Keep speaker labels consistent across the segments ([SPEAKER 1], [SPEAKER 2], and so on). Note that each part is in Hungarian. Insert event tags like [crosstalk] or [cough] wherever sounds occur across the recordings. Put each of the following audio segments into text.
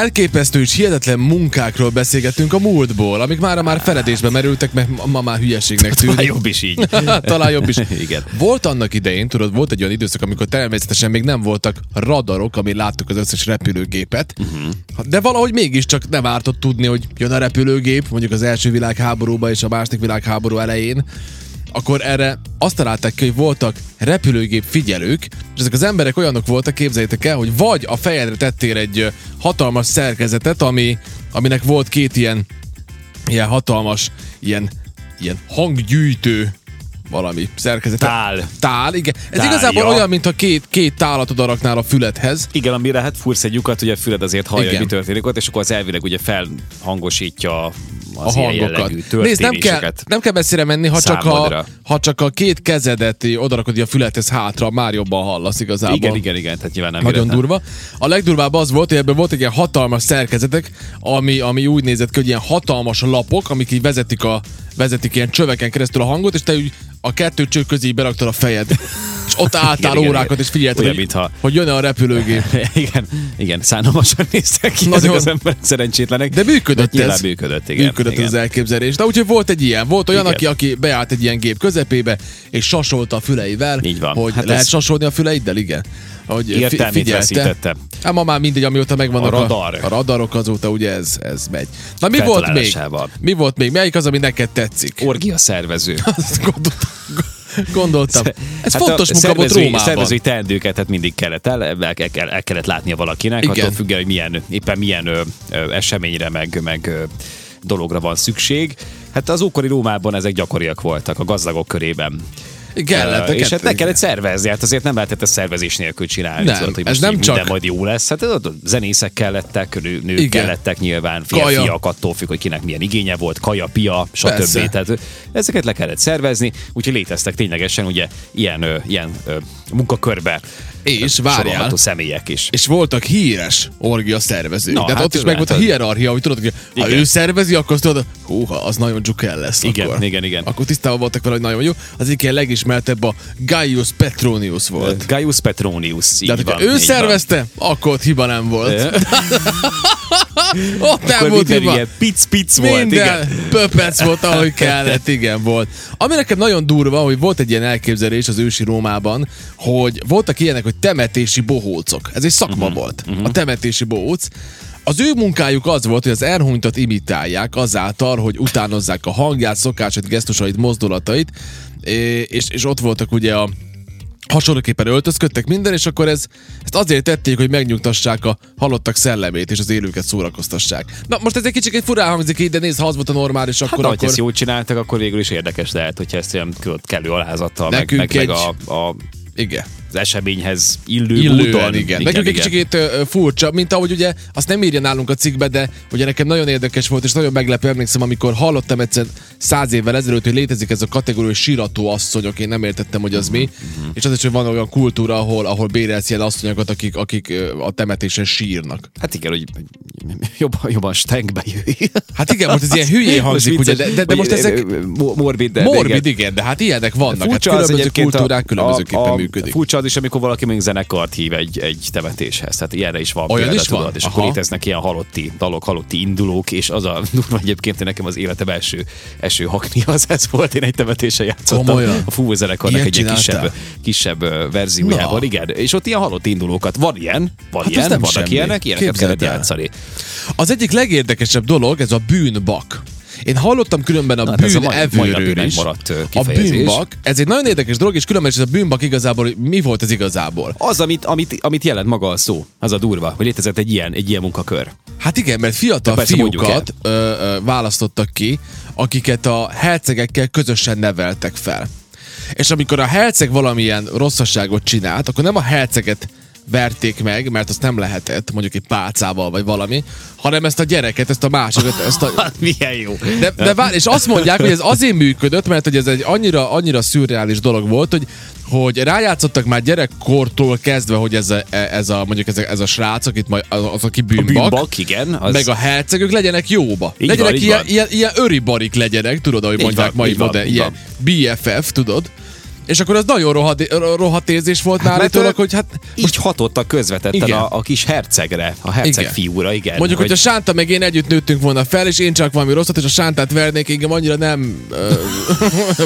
[SPEAKER 1] Elképesztő és hihetetlen munkákról beszélgettünk a múltból, amik mára már feledésbe merültek, mert ma már hülyeségnek
[SPEAKER 2] Már
[SPEAKER 1] tűnik.
[SPEAKER 2] jobb is így.
[SPEAKER 1] [laughs] Talán jobb is.
[SPEAKER 2] Igen.
[SPEAKER 1] Volt annak idején, tudod, volt egy olyan időszak, amikor természetesen még nem voltak radarok, ami láttuk az összes repülőgépet, uh-huh. de valahogy mégiscsak nem ártott tudni, hogy jön a repülőgép, mondjuk az első világháborúban és a második világháború elején, akkor erre azt találták ki, hogy voltak repülőgép figyelők, és ezek az emberek olyanok voltak, képzeljétek el, hogy vagy a fejedre tettél egy ö, hatalmas szerkezetet, ami, aminek volt két ilyen ilyen hatalmas, ilyen, ilyen hanggyűjtő valami szerkezet.
[SPEAKER 2] Tál.
[SPEAKER 1] Tál, igen. Ez
[SPEAKER 2] Tálja.
[SPEAKER 1] igazából olyan, mintha két, két tálat odaraknál a füledhez.
[SPEAKER 2] [laughs] Igen, amire hát fúrsz egy lyukat, ugye a füled azért hallja, hogy
[SPEAKER 1] Igen.
[SPEAKER 2] mi történik ott, és akkor az elvileg ugye felhangosítja az
[SPEAKER 1] A
[SPEAKER 2] ilyen
[SPEAKER 1] hangokat.
[SPEAKER 2] jellegű
[SPEAKER 1] Nézd, nem kell,
[SPEAKER 2] történéseket.
[SPEAKER 1] nem kell messzire menni, ha csak, a,
[SPEAKER 2] Számodra.
[SPEAKER 1] ha csak a két kezedet í- odarakod így a füledhez hátra, már jobban hallasz igazából.
[SPEAKER 2] Igen, igen, igen, tehát nyilván nem
[SPEAKER 1] Nagyon
[SPEAKER 2] véletlen.
[SPEAKER 1] durva. A legdurvább az volt, hogy ebben volt egy ilyen hatalmas szerkezetek, ami, ami úgy nézett ki, hogy ilyen hatalmas lapok, amik így vezetik, a, vezetik ilyen csöveken keresztül a hangot, és te úgy a kettő cső közé így beraktad a fejed. És ott álltál
[SPEAKER 2] [laughs] Igen, igen,
[SPEAKER 1] órákat,
[SPEAKER 2] igen.
[SPEAKER 1] és figyelted,
[SPEAKER 2] Olyan,
[SPEAKER 1] hogy,
[SPEAKER 2] mintha-
[SPEAKER 1] hogy jön-e a repülőgép.
[SPEAKER 2] [laughs] Igen, igen, szánalmasan néztek ki
[SPEAKER 1] Nagyon.
[SPEAKER 2] ezek az emberek szerencsétlenek.
[SPEAKER 1] De működött
[SPEAKER 2] nyilván
[SPEAKER 1] ez.
[SPEAKER 2] működött, igen.
[SPEAKER 1] működött
[SPEAKER 2] igen.
[SPEAKER 1] az elképzelés. De úgyhogy volt egy ilyen, volt olyan,
[SPEAKER 2] Igen.
[SPEAKER 1] aki, aki beállt egy ilyen gép közepébe, és sasolta a füleivel.
[SPEAKER 2] Így van.
[SPEAKER 1] Hogy
[SPEAKER 2] Hát
[SPEAKER 1] lehet
[SPEAKER 2] ez-
[SPEAKER 1] sasolni a füleiddel, igen. Hogy fi-
[SPEAKER 2] Értelmét veszítette.
[SPEAKER 1] Hát ma már mindegy, amióta megvannak
[SPEAKER 2] A radar.
[SPEAKER 1] A, a radarok azóta, ugye ez, ez megy. Na mi volt még?
[SPEAKER 2] Feltalálásával.
[SPEAKER 1] Mi volt még? Melyik az, ami neked tetszik? [laughs]
[SPEAKER 2] Orgia szervező.
[SPEAKER 1] Azt gondoltam. gondoltam. Ez
[SPEAKER 2] hát a
[SPEAKER 1] fontos munka volt
[SPEAKER 2] szervezői-
[SPEAKER 1] Rómában.
[SPEAKER 2] Szervezői teendőket tehát mindig kellett el, el, el, kell- el kellett látnia valakinek,
[SPEAKER 1] Igen.
[SPEAKER 2] Igen. attól függően, hogy milyen, éppen milyen ö, ö, eseményre, meg, meg ö, dologra van szükség. Hát az ókori Rómában ezek gyakoriak voltak, a gazdagok körében.
[SPEAKER 1] Kellett.
[SPEAKER 2] Ö, és hát
[SPEAKER 1] kellett-
[SPEAKER 2] meg kellett szervezni, hát azért nem lehetett ezt szervezés nélkül csinálni.
[SPEAKER 1] Nem,
[SPEAKER 2] tudod, hogy
[SPEAKER 1] ez
[SPEAKER 2] most
[SPEAKER 1] nem
[SPEAKER 2] így
[SPEAKER 1] csak-
[SPEAKER 2] Minden majd jó lesz. Hát ott zenészek kellettek, nő, nők
[SPEAKER 1] Igen.
[SPEAKER 2] Igen. kellettek nyilván, férfiak, attól függ, hogy kinek milyen igénye volt, kaja, pia,
[SPEAKER 1] Persze.
[SPEAKER 2] stb. Tehát ezeket le kellett szervezni, úgyhogy léteztek ténylegesen ugye ilyen, ö, ilyen ö, munkakörbe
[SPEAKER 1] És várjál,
[SPEAKER 2] sorolható személyek is.
[SPEAKER 1] és voltak híres orgia szervezők.
[SPEAKER 2] Na,
[SPEAKER 1] Tehát
[SPEAKER 2] hát
[SPEAKER 1] ott is
[SPEAKER 2] ő
[SPEAKER 1] meg volt a
[SPEAKER 2] látod.
[SPEAKER 1] hierarchia, hogy tudod, hogy ha
[SPEAKER 2] Igen.
[SPEAKER 1] ő szervezi, akkor azt tudod, húha, az nagyon dzsukel lesz.
[SPEAKER 2] Igen,
[SPEAKER 1] akkor.
[SPEAKER 2] igen, igen.
[SPEAKER 1] Akkor tisztában voltak vele, hogy nagyon jó. Az egyik ilyen legismertebb a Gaius Petronius volt.
[SPEAKER 2] Gaius Petronius, így
[SPEAKER 1] Tehát,
[SPEAKER 2] van,
[SPEAKER 1] hogyha ő
[SPEAKER 2] így van.
[SPEAKER 1] szervezte, akkor ott hiba nem volt. [laughs] ott nem
[SPEAKER 2] Akkor
[SPEAKER 1] volt
[SPEAKER 2] minden
[SPEAKER 1] hiba.
[SPEAKER 2] ilyen pic-pic volt, igen.
[SPEAKER 1] Minden pöpec volt,
[SPEAKER 2] [laughs]
[SPEAKER 1] ahogy kellett, igen, volt. Ami nekem nagyon durva, hogy volt egy ilyen elképzelés az ősi Rómában, hogy voltak ilyenek, hogy temetési bohócok. Ez egy szakma
[SPEAKER 2] Mhm.
[SPEAKER 1] uh-huh, volt, uh-huh. a temetési bohóc. Az ő munkájuk az volt, hogy az elhunytat imitálják azáltal, hogy utánozzák a hangját, szokásait, gesztusait, mozdulatait, é- és, és ott voltak ugye a, hasonlóképpen öltözködtek minden, és akkor ez, ezt azért tették, hogy megnyugtassák a halottak szellemét, és az élőket szórakoztassák. Na most ez egy kicsit furán hangzik így, de nézd, ha az volt a normális,
[SPEAKER 2] Hát,
[SPEAKER 1] akkor,
[SPEAKER 2] na,
[SPEAKER 1] akkor
[SPEAKER 2] hogyha ezt jól csináltak, akkor végül is érdekes lehet, hogyha ezt ilyen külön- kellő alázattal, meg,
[SPEAKER 1] Nekünk
[SPEAKER 2] meg, meg
[SPEAKER 1] egy-
[SPEAKER 2] a, a,
[SPEAKER 1] igen.
[SPEAKER 2] az eseményhez illő
[SPEAKER 1] Illően,
[SPEAKER 2] módon.
[SPEAKER 1] igen. Nekünk egy kicsit ö, ö, furcsa, mint ahogy ugye, azt nem írja nálunk a cikkbe, de ugye nekem nagyon érdekes volt, és nagyon meglepő, emlékszem, amikor hallottam egyszer száz évvel ezelőtt, hogy létezik ez a kategória, hogy sirató asszonyok, én nem értettem, hogy az mi, és az is, hogy van olyan kultúra, ahol, ahol bérelsz ilyen asszonyokat, akik, akik ö, a temetésen sírnak.
[SPEAKER 2] Hát igen, hogy hogy jobban, jobban stengbe jöjj.
[SPEAKER 1] Hát igen, most ez
[SPEAKER 2] [laughs]
[SPEAKER 1] ilyen hülyé hangzik, ugye, de, de, de
[SPEAKER 2] Vagy,
[SPEAKER 1] most
[SPEAKER 2] ö,
[SPEAKER 1] ezek
[SPEAKER 2] ö, mo- Morbid, de
[SPEAKER 1] morbid, igen, de hát ilyenek vannak. Hát különböző
[SPEAKER 2] egyébként a-
[SPEAKER 1] kultúrák különbözőképpen
[SPEAKER 2] a- a-
[SPEAKER 1] működik.
[SPEAKER 2] Furcsa az is, amikor valaki még zenekart hív egy, egy temetéshez. Tehát ilyenre is van.
[SPEAKER 1] Olyan
[SPEAKER 2] példa,
[SPEAKER 1] is van?
[SPEAKER 2] Tudod, és akkor
[SPEAKER 1] Aha.
[SPEAKER 2] léteznek ilyen halotti dalok, halotti indulók, és az a [laughs] durva egyébként, hogy nekem az életem első eső hakni az ez volt. Én egy temetésen játszottam.
[SPEAKER 1] Komolyan?
[SPEAKER 2] A fúvó zenekarnak
[SPEAKER 1] Ilyet
[SPEAKER 2] egy ilyen kisebb,
[SPEAKER 1] csináltál?
[SPEAKER 2] kisebb ö, verziójában.
[SPEAKER 1] Na.
[SPEAKER 2] Igen, és ott ilyen halott indulókat. Van ilyen, van
[SPEAKER 1] Hát az
[SPEAKER 2] ilyen,
[SPEAKER 1] nem
[SPEAKER 2] vannak
[SPEAKER 1] semmi.
[SPEAKER 2] ilyenek, ilyeneket
[SPEAKER 1] Képzeld
[SPEAKER 2] kellett
[SPEAKER 1] el.
[SPEAKER 2] játszani.
[SPEAKER 1] Az egyik legérdekesebb dolog ez a bűnbak. Én hallottam különben a
[SPEAKER 2] Na,
[SPEAKER 1] Na,
[SPEAKER 2] hát ez a mai- mai
[SPEAKER 1] bűnevőről
[SPEAKER 2] napig
[SPEAKER 1] is.
[SPEAKER 2] megmaradt, ö,
[SPEAKER 1] a
[SPEAKER 2] kifejezés.
[SPEAKER 1] bűnbak, ez egy nagyon érdekes dolog, és különben is ez a bűnbak igazából, mi volt ez igazából?
[SPEAKER 2] Az, amit, amit, amit jelent maga a szó, az a durva, hogy létezett egy ilyen, egy ilyen munkakör.
[SPEAKER 1] Hát igen, mert fiatal
[SPEAKER 2] De persze,
[SPEAKER 1] fiúkat
[SPEAKER 2] mondjuk
[SPEAKER 1] ö, ö, választottak ki, akiket a hercegekkel közösen neveltek fel. És amikor a herceg valamilyen rosszasságot csinált, akkor nem a herceget verték meg, mert azt nem lehetett, mondjuk egy pálcával vagy valami, hanem ezt a gyereket, ezt a másikat, ezt a,
[SPEAKER 2] [laughs] Milyen jó.
[SPEAKER 1] De, de vár, és azt mondják, hogy ez azért működött, mert hogy ez egy annyira, annyira szürreális dolog volt, hogy, hogy rájátszottak már gyerekkortól kezdve, hogy ez a, ez a mondjuk ez a, ez a srác, akit majd, az, az aki bűnbak,
[SPEAKER 2] Bűnbak, igen. Az...
[SPEAKER 1] az... meg a hercegök legyenek jóba.
[SPEAKER 2] Így
[SPEAKER 1] legyenek
[SPEAKER 2] van, így
[SPEAKER 1] ilyen,
[SPEAKER 2] van.
[SPEAKER 1] ilyen, ilyen öribarik legyenek, tudod, ahogy
[SPEAKER 2] Így
[SPEAKER 1] mondják
[SPEAKER 2] van,
[SPEAKER 1] mai
[SPEAKER 2] így van,
[SPEAKER 1] modell,
[SPEAKER 2] így
[SPEAKER 1] ilyen BFF, tudod. És akkor az nagyon rohadt, rohadt érzés volt hát,
[SPEAKER 2] mert
[SPEAKER 1] nálatólag,
[SPEAKER 2] ő
[SPEAKER 1] hogy hát
[SPEAKER 2] Így hatottak közvetetten
[SPEAKER 1] Igen.
[SPEAKER 2] a, a kis hercegre, a herceg
[SPEAKER 1] Igen.
[SPEAKER 2] fiúra, igen.
[SPEAKER 1] Mondjuk,
[SPEAKER 2] hogy
[SPEAKER 1] hogy... hogyha Sánta meg én együtt nőttünk volna fel, és én csak valami rosszat, és a Sántát vernék, engem annyira nem ö,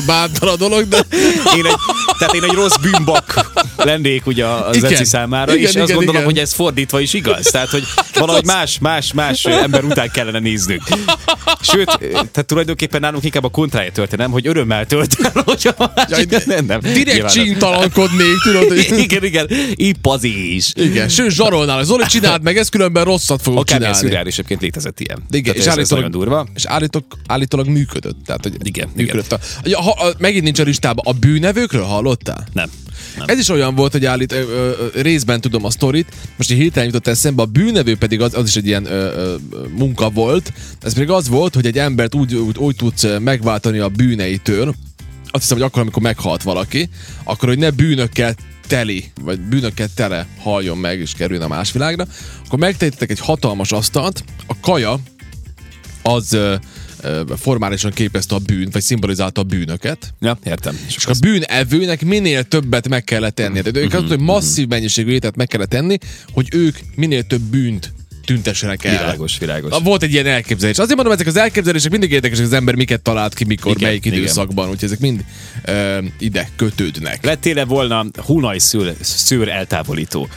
[SPEAKER 1] [laughs] bántal a dolog, de
[SPEAKER 2] én egy, tehát én egy rossz bűnbak lennék ugye az
[SPEAKER 1] Igen.
[SPEAKER 2] Eci számára,
[SPEAKER 1] Igen,
[SPEAKER 2] és
[SPEAKER 1] igen,
[SPEAKER 2] azt gondolom,
[SPEAKER 1] igen.
[SPEAKER 2] hogy ez fordítva is igaz. Tehát, hogy valahogy más, más, más ember után kellene néznünk. Sőt, tehát tulajdonképpen nálunk inkább a kontrája történelem, hogy örömmel tölt el, [laughs] hogy a másik,
[SPEAKER 1] Jaj,
[SPEAKER 2] nem, nem.
[SPEAKER 1] direkt
[SPEAKER 2] Nyilván nem.
[SPEAKER 1] csíntalankodnék, tudod, hogy...
[SPEAKER 2] [laughs] Igen, igen, épp az is.
[SPEAKER 1] Igen, sőt, zsarolnál. Zoli, csináld meg, ez különben rosszat fogok
[SPEAKER 2] A kábel
[SPEAKER 1] csinálni.
[SPEAKER 2] szürreális egyébként létezett ilyen.
[SPEAKER 1] Igen,
[SPEAKER 2] Tehát
[SPEAKER 1] és
[SPEAKER 2] ez, ez
[SPEAKER 1] állítólag,
[SPEAKER 2] nagyon durva.
[SPEAKER 1] és állítólag, állítólag működött. Tehát, hogy
[SPEAKER 2] Igen,
[SPEAKER 1] működött. Igen. A, ja, ha, a, megint nincs a listában. A bűnevőkről hallottál?
[SPEAKER 2] Nem. nem.
[SPEAKER 1] Ez is olyan volt, hogy állít, ö, ö, ö, részben tudom a sztorit, most így hirtelen jutott eszembe, a bűnevő pedig az, az is egy ilyen ö, ö, ö, munka volt, ez pedig az volt, hogy egy embert úgy, úgy, úgy tudsz ö, megváltani a bűneitől, azt hiszem, hogy akkor, amikor meghalt valaki, akkor, hogy ne bűnökkel teli, vagy bűnökkel tele haljon meg, és kerüljön a más világra, akkor megtettek egy hatalmas asztalt, a kaja az ö, ö, formálisan képezte a bűnt, vagy szimbolizálta a bűnöket,
[SPEAKER 2] Ja, értem.
[SPEAKER 1] és a bűnevőnek minél többet meg kellett tenni.
[SPEAKER 2] Mhm,
[SPEAKER 1] Tehát ők azt, hogy masszív mennyiségű ételt meg kellett tenni, hogy ők minél több bűnt tüntessenek el.
[SPEAKER 2] Világos, világos.
[SPEAKER 1] Na, Volt egy ilyen elképzelés. Azért mondom, ezek az elképzelések mindig érdekesek, az ember miket talált ki, mikor,
[SPEAKER 2] Igen,
[SPEAKER 1] igen, melyik
[SPEAKER 2] igen.
[SPEAKER 1] időszakban, úgyhogy ezek mind ö, ide kötődnek.
[SPEAKER 2] Lettél-e volna hunaj szőr, szőr eltávolító?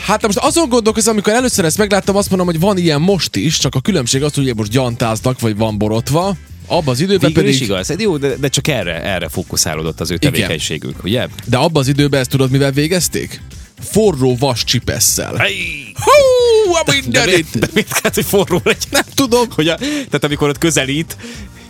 [SPEAKER 1] Hát most azon gondolkozom, amikor először ezt megláttam, azt mondom, hogy van ilyen most is, csak a különbség az, hogy most gyantáznak, vagy van borotva. Abban az időben
[SPEAKER 2] Végül is
[SPEAKER 1] pedig...
[SPEAKER 2] igaz, ez jó, de, de csak erre, erre fókuszálódott az ő
[SPEAKER 1] Igen.
[SPEAKER 2] tevékenységük, ugye?
[SPEAKER 1] De abban az időben ezt tudod, mivel végezték? Forró vas csipesszel.
[SPEAKER 2] Ej!
[SPEAKER 1] Hú, a
[SPEAKER 2] De,
[SPEAKER 1] mindenit!
[SPEAKER 2] mit, de mit kell, hogy forró legyen?
[SPEAKER 1] Nem tudom.
[SPEAKER 2] Hogy a, tehát amikor ott közelít,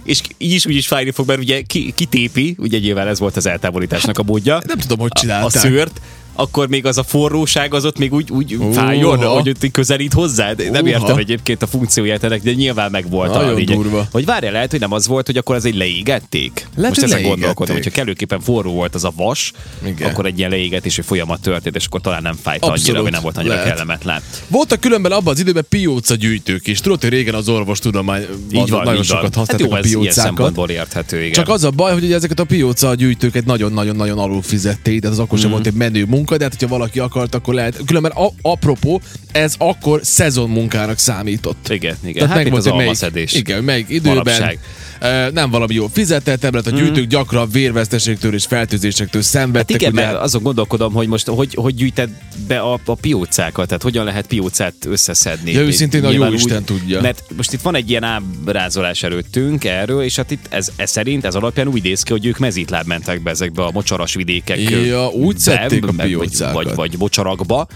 [SPEAKER 2] és így is úgy is fájni fog, mert ugye ki, kitépi, ugye nyilván ez volt az eltávolításnak a módja.
[SPEAKER 1] Nem tudom, hogy
[SPEAKER 2] a
[SPEAKER 1] csinálták.
[SPEAKER 2] szőrt, akkor még az a forróság az ott még úgy, úgy fájjon,
[SPEAKER 1] Uha.
[SPEAKER 2] hogy ott így közelít hozzá. De nem
[SPEAKER 1] Uha.
[SPEAKER 2] értem egyébként a funkcióját ennek, de nyilván megvolt a
[SPEAKER 1] Nagyon
[SPEAKER 2] lényeg.
[SPEAKER 1] durva.
[SPEAKER 2] Hogy várja, lehet, hogy nem az volt, hogy akkor az egy leégették.
[SPEAKER 1] Lehet,
[SPEAKER 2] Most
[SPEAKER 1] hogy
[SPEAKER 2] ezen
[SPEAKER 1] leégették.
[SPEAKER 2] gondolkodom, hogyha kellőképpen forró volt az a vas,
[SPEAKER 1] Igen.
[SPEAKER 2] akkor egy ilyen leégetési folyamat történt, és akkor talán nem fájt annyira,
[SPEAKER 1] Abszolút.
[SPEAKER 2] vagy nem volt annyira
[SPEAKER 1] Lehet.
[SPEAKER 2] kellemetlen.
[SPEAKER 1] Voltak különben abban az időben pióca gyűjtők is. Tudod, hogy régen az orvostudomány
[SPEAKER 2] Így van,
[SPEAKER 1] nagyon
[SPEAKER 2] így van.
[SPEAKER 1] sokat
[SPEAKER 2] hát
[SPEAKER 1] használtak
[SPEAKER 2] jó,
[SPEAKER 1] a
[SPEAKER 2] ez ilyen
[SPEAKER 1] piócákat.
[SPEAKER 2] szempontból érthető, igen.
[SPEAKER 1] Csak az a baj, hogy ugye ezeket a pióca gyűjtőket nagyon-nagyon-nagyon alul fizették, tehát az akkor
[SPEAKER 2] Mhm.
[SPEAKER 1] sem volt egy menő munka, de hát hogyha valaki akart, akkor lehet. Különben a, apropó, ez akkor szezon munkának számított.
[SPEAKER 2] Igen, igen. Hát, hát
[SPEAKER 1] megvolt,
[SPEAKER 2] az
[SPEAKER 1] hogy melyik-
[SPEAKER 2] almaszedés.
[SPEAKER 1] Igen, hogy melyik időben.
[SPEAKER 2] Manapság. Mhm.
[SPEAKER 1] Ö, nem valami jó fizetett, mert a gyűjtők gyakran vérveszteségtől és fertőzésektől
[SPEAKER 2] Hát
[SPEAKER 1] szenvedtek.
[SPEAKER 2] igen,
[SPEAKER 1] ugye?
[SPEAKER 2] mert azon gondolkodom, hogy most hogy, hogy gyűjted be a, a piócákat, tehát hogyan lehet piócát összeszedni.
[SPEAKER 1] Ja, őszintén a
[SPEAKER 2] Nyilván
[SPEAKER 1] jó Isten tudja.
[SPEAKER 2] Mert most itt van egy ilyen ábrázolás előttünk erről, és hát itt ez, ez szerint, ez alapján úgy néz ki, hogy ők mezítláb mentek be ezekbe a mocsaras vidékek.
[SPEAKER 1] Ja, úgy
[SPEAKER 2] be,
[SPEAKER 1] szedték a
[SPEAKER 2] meg-
[SPEAKER 1] piócákat.
[SPEAKER 2] Vagy, vagy, vagy mocsarakba.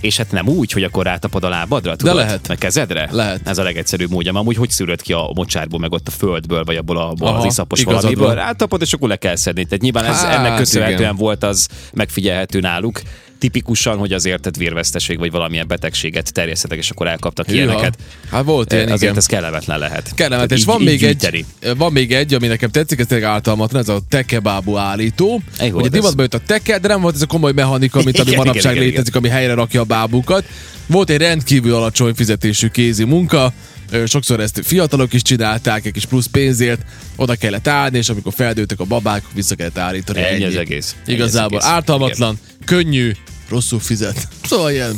[SPEAKER 2] És hát nem úgy, hogy akkor rátapad a lábadra, tudod?
[SPEAKER 1] lehet.
[SPEAKER 2] Meg kezedre?
[SPEAKER 1] Lehet.
[SPEAKER 2] Ez a legegyszerűbb módja. Már úgy, hogy szűröd ki a mocsárból, meg ott a földből, vagy abból a, Aha, az
[SPEAKER 1] Aha,
[SPEAKER 2] iszapos
[SPEAKER 1] igazad
[SPEAKER 2] valamiből.
[SPEAKER 1] van.
[SPEAKER 2] Rátapod, és akkor le kell szedni. Tehát nyilván ez,
[SPEAKER 1] Hát,
[SPEAKER 2] ennek
[SPEAKER 1] igen.
[SPEAKER 2] köszönhetően nem volt az megfigyelhető náluk. Tipikusan, hogy azért tehát vérveszteség vagy valamilyen betegséget terjesztettek, és akkor elkaptak
[SPEAKER 1] Hűha.
[SPEAKER 2] ilyeneket.
[SPEAKER 1] Hát volt
[SPEAKER 2] E,
[SPEAKER 1] ilyen,
[SPEAKER 2] Azért
[SPEAKER 1] igen.
[SPEAKER 2] ez kellemetlen lehet.
[SPEAKER 1] Kellemet,
[SPEAKER 2] Tehát
[SPEAKER 1] és
[SPEAKER 2] így-
[SPEAKER 1] van
[SPEAKER 2] így
[SPEAKER 1] még, egy,
[SPEAKER 2] gyűjteni. [laughs]
[SPEAKER 1] van még egy, ami nekem tetszik, ez tényleg általmatlan, ez a tekebábú állító.
[SPEAKER 2] Egy volt
[SPEAKER 1] Ugye
[SPEAKER 2] ez.
[SPEAKER 1] divatba jött a teke, de nem volt ez a komoly mechanika, mint ami
[SPEAKER 2] Igen, igen,
[SPEAKER 1] manapság
[SPEAKER 2] igen,
[SPEAKER 1] létezik, ami helyre rakja a bábukat. Volt egy rendkívül alacsony fizetésű kézi munka, Ö, sokszor ezt fiatalok is csinálták, egy kis plusz pénzért, oda kellett állni, és amikor feldőltek a babák, vissza kellett állítani.
[SPEAKER 2] Ennyi az egész. Ennyi az
[SPEAKER 1] Igazából
[SPEAKER 2] egész.
[SPEAKER 1] ártalmatlan, könnyű, rosszul fizet. [laughs] Szóval ilyen.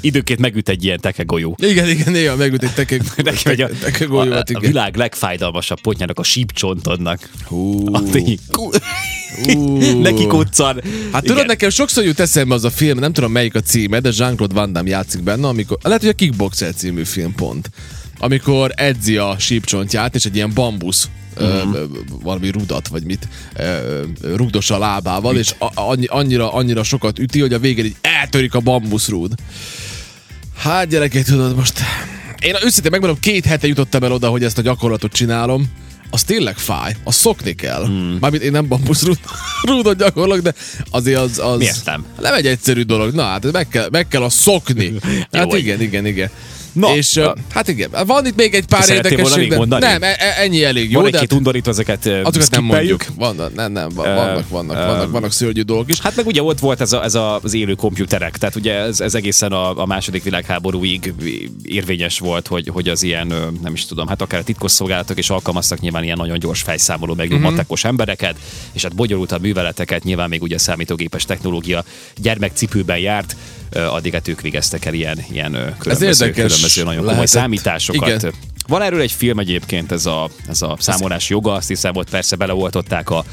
[SPEAKER 2] Időként megüt egy ilyen tekegolyó.
[SPEAKER 1] Igen, igen, néha megüt egy teke,
[SPEAKER 2] [laughs] Neki, hogy a,
[SPEAKER 1] teke
[SPEAKER 2] a, a,
[SPEAKER 1] golyót,
[SPEAKER 2] a
[SPEAKER 1] igen.
[SPEAKER 2] világ legfájdalmasabb pontjának, a sípcsontodnak. Hú. [laughs]
[SPEAKER 1] Hú.
[SPEAKER 2] Neki kuccan.
[SPEAKER 1] Hát
[SPEAKER 2] Igen.
[SPEAKER 1] tudod, nekem sokszor jut eszembe az a film, nem tudom melyik a címe, de Jean-Claude Van Damme játszik benne, amikor, lehet, hogy a Kickboxer című film pont, amikor edzi a sípcsontját, és egy ilyen bambusz
[SPEAKER 2] Mhm.
[SPEAKER 1] Mm. valami rudat, vagy mit ö, ö, rugdos a lábával, és a, annyi, annyira, annyira sokat üti, hogy a végén így eltörik a bambuszrúd. Hát gyerekek, tudod most... Én őszintén megmondom, két hete jutottam el oda, hogy ezt a gyakorlatot csinálom. Az tényleg fáj, azt szokni kell. Hmm. Mármint én nem bambuszrúd- [laughs] rúdot gyakorlok, de azért az... az
[SPEAKER 2] Miért nem? [laughs]
[SPEAKER 1] nem egy egyszerű dolog. Na hát, meg kell, meg kell a szokni. hát
[SPEAKER 2] vagy.
[SPEAKER 1] igen, igen, igen. Na, és na. hát igen, van itt még egy pár
[SPEAKER 2] Szerettél volna
[SPEAKER 1] érdekesség,
[SPEAKER 2] még
[SPEAKER 1] de
[SPEAKER 2] mondani?
[SPEAKER 1] nem, e- e- ennyi elég jó,
[SPEAKER 2] Van
[SPEAKER 1] de
[SPEAKER 2] egy-két undorító, ezeket ö,
[SPEAKER 1] azokat nem
[SPEAKER 2] skippeljük.
[SPEAKER 1] mondjuk. Vannak, nem, nem, van- vannak, vannak, vannak, vannak szörnyű dolgok is.
[SPEAKER 2] Hát meg ugye ott volt ez, a, ez a, az élő komputerek, tehát ugye ez, ez egészen a, a második világháborúig érvényes volt, hogy, hogy az ilyen, ö, nem is tudom, hát akár a titkosszolgálatok is alkalmaztak nyilván ilyen nagyon gyors fejszámoló,
[SPEAKER 1] Mhm.
[SPEAKER 2] meg uh-huh. matekos embereket, és hát bonyolultabb műveleteket, nyilván még ugye a számítógépes technológia gyermekcipőben járt, ö, addig hát ők végeztek el ilyen, ilyen ö, különböző,
[SPEAKER 1] érdekes
[SPEAKER 2] különböző nagyon komoly
[SPEAKER 1] lehetett.
[SPEAKER 2] számításokat.
[SPEAKER 1] Igen.
[SPEAKER 2] Van erről egy film egyébként, ez a, ez a számolás joga, azt hiszem ott persze beleoltották a,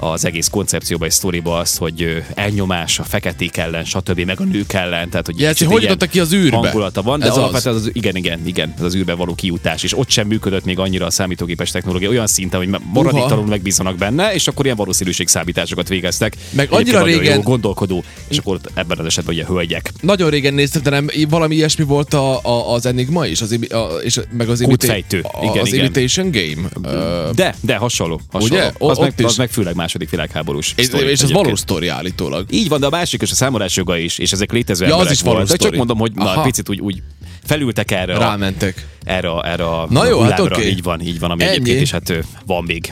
[SPEAKER 2] az egész koncepcióba és sztoriba azt, hogy ö, elnyomás a feketék ellen, stb. meg a nők ellen. Tehát, hogy
[SPEAKER 1] Ja,
[SPEAKER 2] kicsit
[SPEAKER 1] hogy
[SPEAKER 2] ilyen
[SPEAKER 1] jutottak ki az űrbe?
[SPEAKER 2] Hangulata van, de
[SPEAKER 1] Ez
[SPEAKER 2] ez
[SPEAKER 1] az.
[SPEAKER 2] alapvetően az. igen, igen, igen, ez az űrbe való kijutás, és ott sem működött még annyira a számítógépes technológia olyan szinten, hogy maradéktalanul megbízanak benne, és akkor ilyen valószínűségszámításokat végeztek. Egyébként
[SPEAKER 1] annyira
[SPEAKER 2] nagyon jó
[SPEAKER 1] régen-
[SPEAKER 2] gondolkodó, és akkor ott ebben az esetben ugye hölgyek.
[SPEAKER 1] Nagyon régen néztem, de nem valami ilyesmi volt a, a, az Enigma is, az, imi- a, és meg az,
[SPEAKER 2] Kútfejtő.
[SPEAKER 1] a-
[SPEAKER 2] Igen,
[SPEAKER 1] az
[SPEAKER 2] igen.
[SPEAKER 1] Imitation Game. Ö,
[SPEAKER 2] De, de hasonló. hasonló.
[SPEAKER 1] Ugye? O-
[SPEAKER 2] Az, meg,
[SPEAKER 1] ott is.
[SPEAKER 2] az meg főleg második világháborús.
[SPEAKER 1] és,
[SPEAKER 2] sztori
[SPEAKER 1] és ez
[SPEAKER 2] egyébként.
[SPEAKER 1] valós sztori állítólag.
[SPEAKER 2] Így van, de a másik és a számolás joga is, és ezek létező
[SPEAKER 1] Ja, az
[SPEAKER 2] emberek
[SPEAKER 1] is valós
[SPEAKER 2] voltak. Csak
[SPEAKER 1] sztori.
[SPEAKER 2] mondom, hogy már
[SPEAKER 1] Aha.
[SPEAKER 2] picit úgy, úgy felültek erre a,
[SPEAKER 1] Rámentek.
[SPEAKER 2] erre, a- erre a
[SPEAKER 1] Na jó, hát
[SPEAKER 2] hullámra.
[SPEAKER 1] oké.
[SPEAKER 2] Így van, így van, ami
[SPEAKER 1] Ennyi.
[SPEAKER 2] egyébként is hát ö, van még.